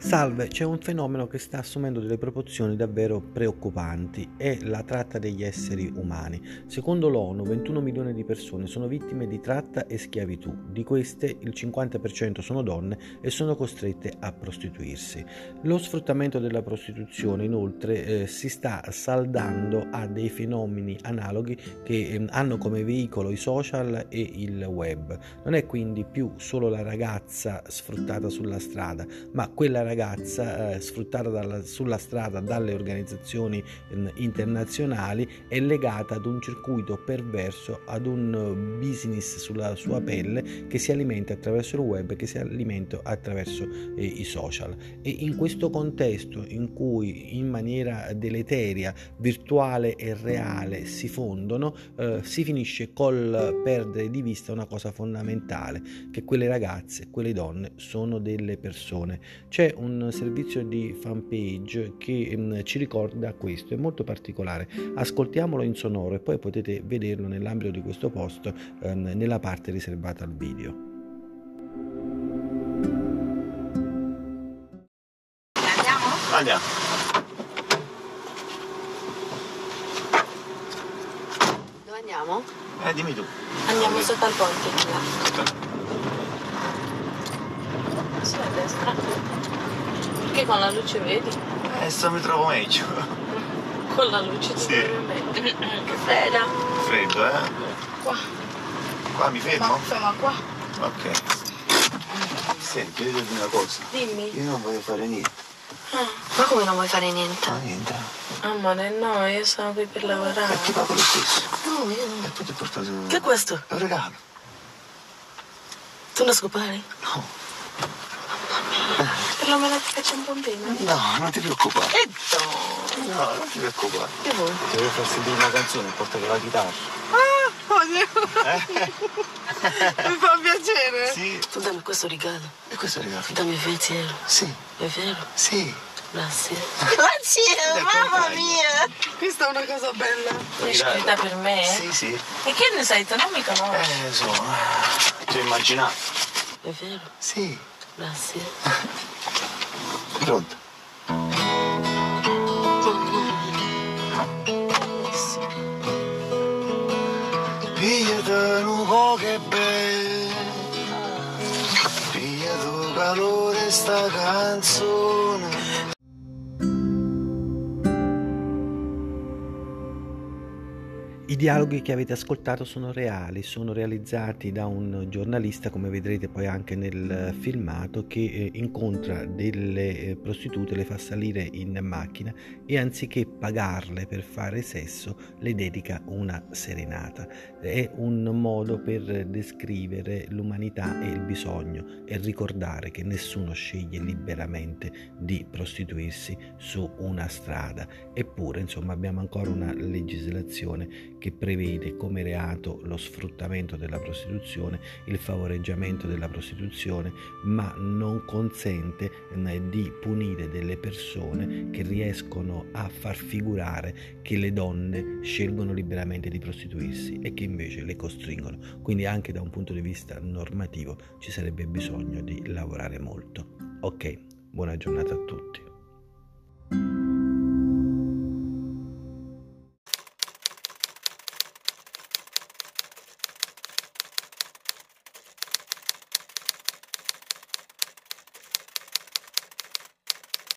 Salve, c'è un fenomeno che sta assumendo delle proporzioni davvero preoccupanti, è la tratta degli esseri umani. Secondo l'ONU 21 milioni di persone sono vittime di tratta e schiavitù, di queste il 50% sono donne e sono costrette a prostituirsi. Lo sfruttamento della prostituzione inoltre eh, si sta saldando a dei fenomeni analoghi che eh, hanno come veicolo i social e il web. Non è quindi più solo la ragazza sfruttata sulla strada, ma quella ragazza eh, sfruttata dalla- sulla strada dalle organizzazioni eh, internazionali è legata ad un circuito perverso, ad un eh, business sulla sua pelle che si alimenta attraverso il web, che si alimenta attraverso eh, i social. E in questo contesto in cui in maniera deleteria virtuale e reale si fondono, eh, si finisce col perdere di vista una cosa fondamentale, che quelle ragazze, quelle donne sono delle persone c'è un servizio di fanpage che mm, ci ricorda questo, è molto particolare. Ascoltiamolo in sonoro e poi potete vederlo nell'ambito di questo post ehm, nella parte riservata al video. Andiamo? Andiamo. Dove andiamo? Eh, dimmi tu. Andiamo sotto al ponte. là. Sulla destra. Che con la luce vedi? Eh, sto mi trovo meglio. Con la luce ti Sì. vedi. Che fredda. Freddo, eh? Qua. Qua mi fermo? Ma ferma qua. Ok. Senti, voglio dirti una cosa. Dimmi. Io non voglio fare niente. Ma come non vuoi fare Ma niente? niente. Amore, no, io sono qui per lavorare. E ti pago lo stesso. No, io E non. poi ti ho portato... Che è questo? È un regalo. Tu non scopari? No. Perlomeno ti faccio un pompino. No, non ti preoccupare. E do. No, non ti preoccupare. Che vuoi? Ti voglio far sentire una canzone, portare la chitarra. Ah, oddio. Mi fa piacere. Eh. Sì. Tu dammi questo regalo. E questo è il regalo. Dammi 20 euro. Sì, È vero? sì. Grazie. Grazie, mamma mia. Questa è una cosa bella. È scritta per me? Sì, sì. E che ne sai? Tu non mi conosci. Eh, insomma. Ti ho immaginato. È vero? Sì. Grazie. Pronto. Pigliate un po' che bello, pigliate calore sta canzone. I dialoghi che avete ascoltato sono reali, sono realizzati da un giornalista, come vedrete poi anche nel filmato, che eh, incontra delle eh, prostitute, le fa salire in macchina e anziché pagarle per fare sesso, le dedica una serenata. È un modo per descrivere l'umanità e il bisogno e ricordare che nessuno sceglie liberamente di prostituirsi su una strada. Eppure, insomma, abbiamo ancora una legislazione che prevede come reato lo sfruttamento della prostituzione, il favoreggiamento della prostituzione, ma non consente eh, di punire delle persone che riescono a far figurare che le donne scelgono liberamente di prostituirsi e che invece le costringono. Quindi anche da un punto di vista normativo ci sarebbe bisogno di lavorare molto. Ok, buona giornata a tutti.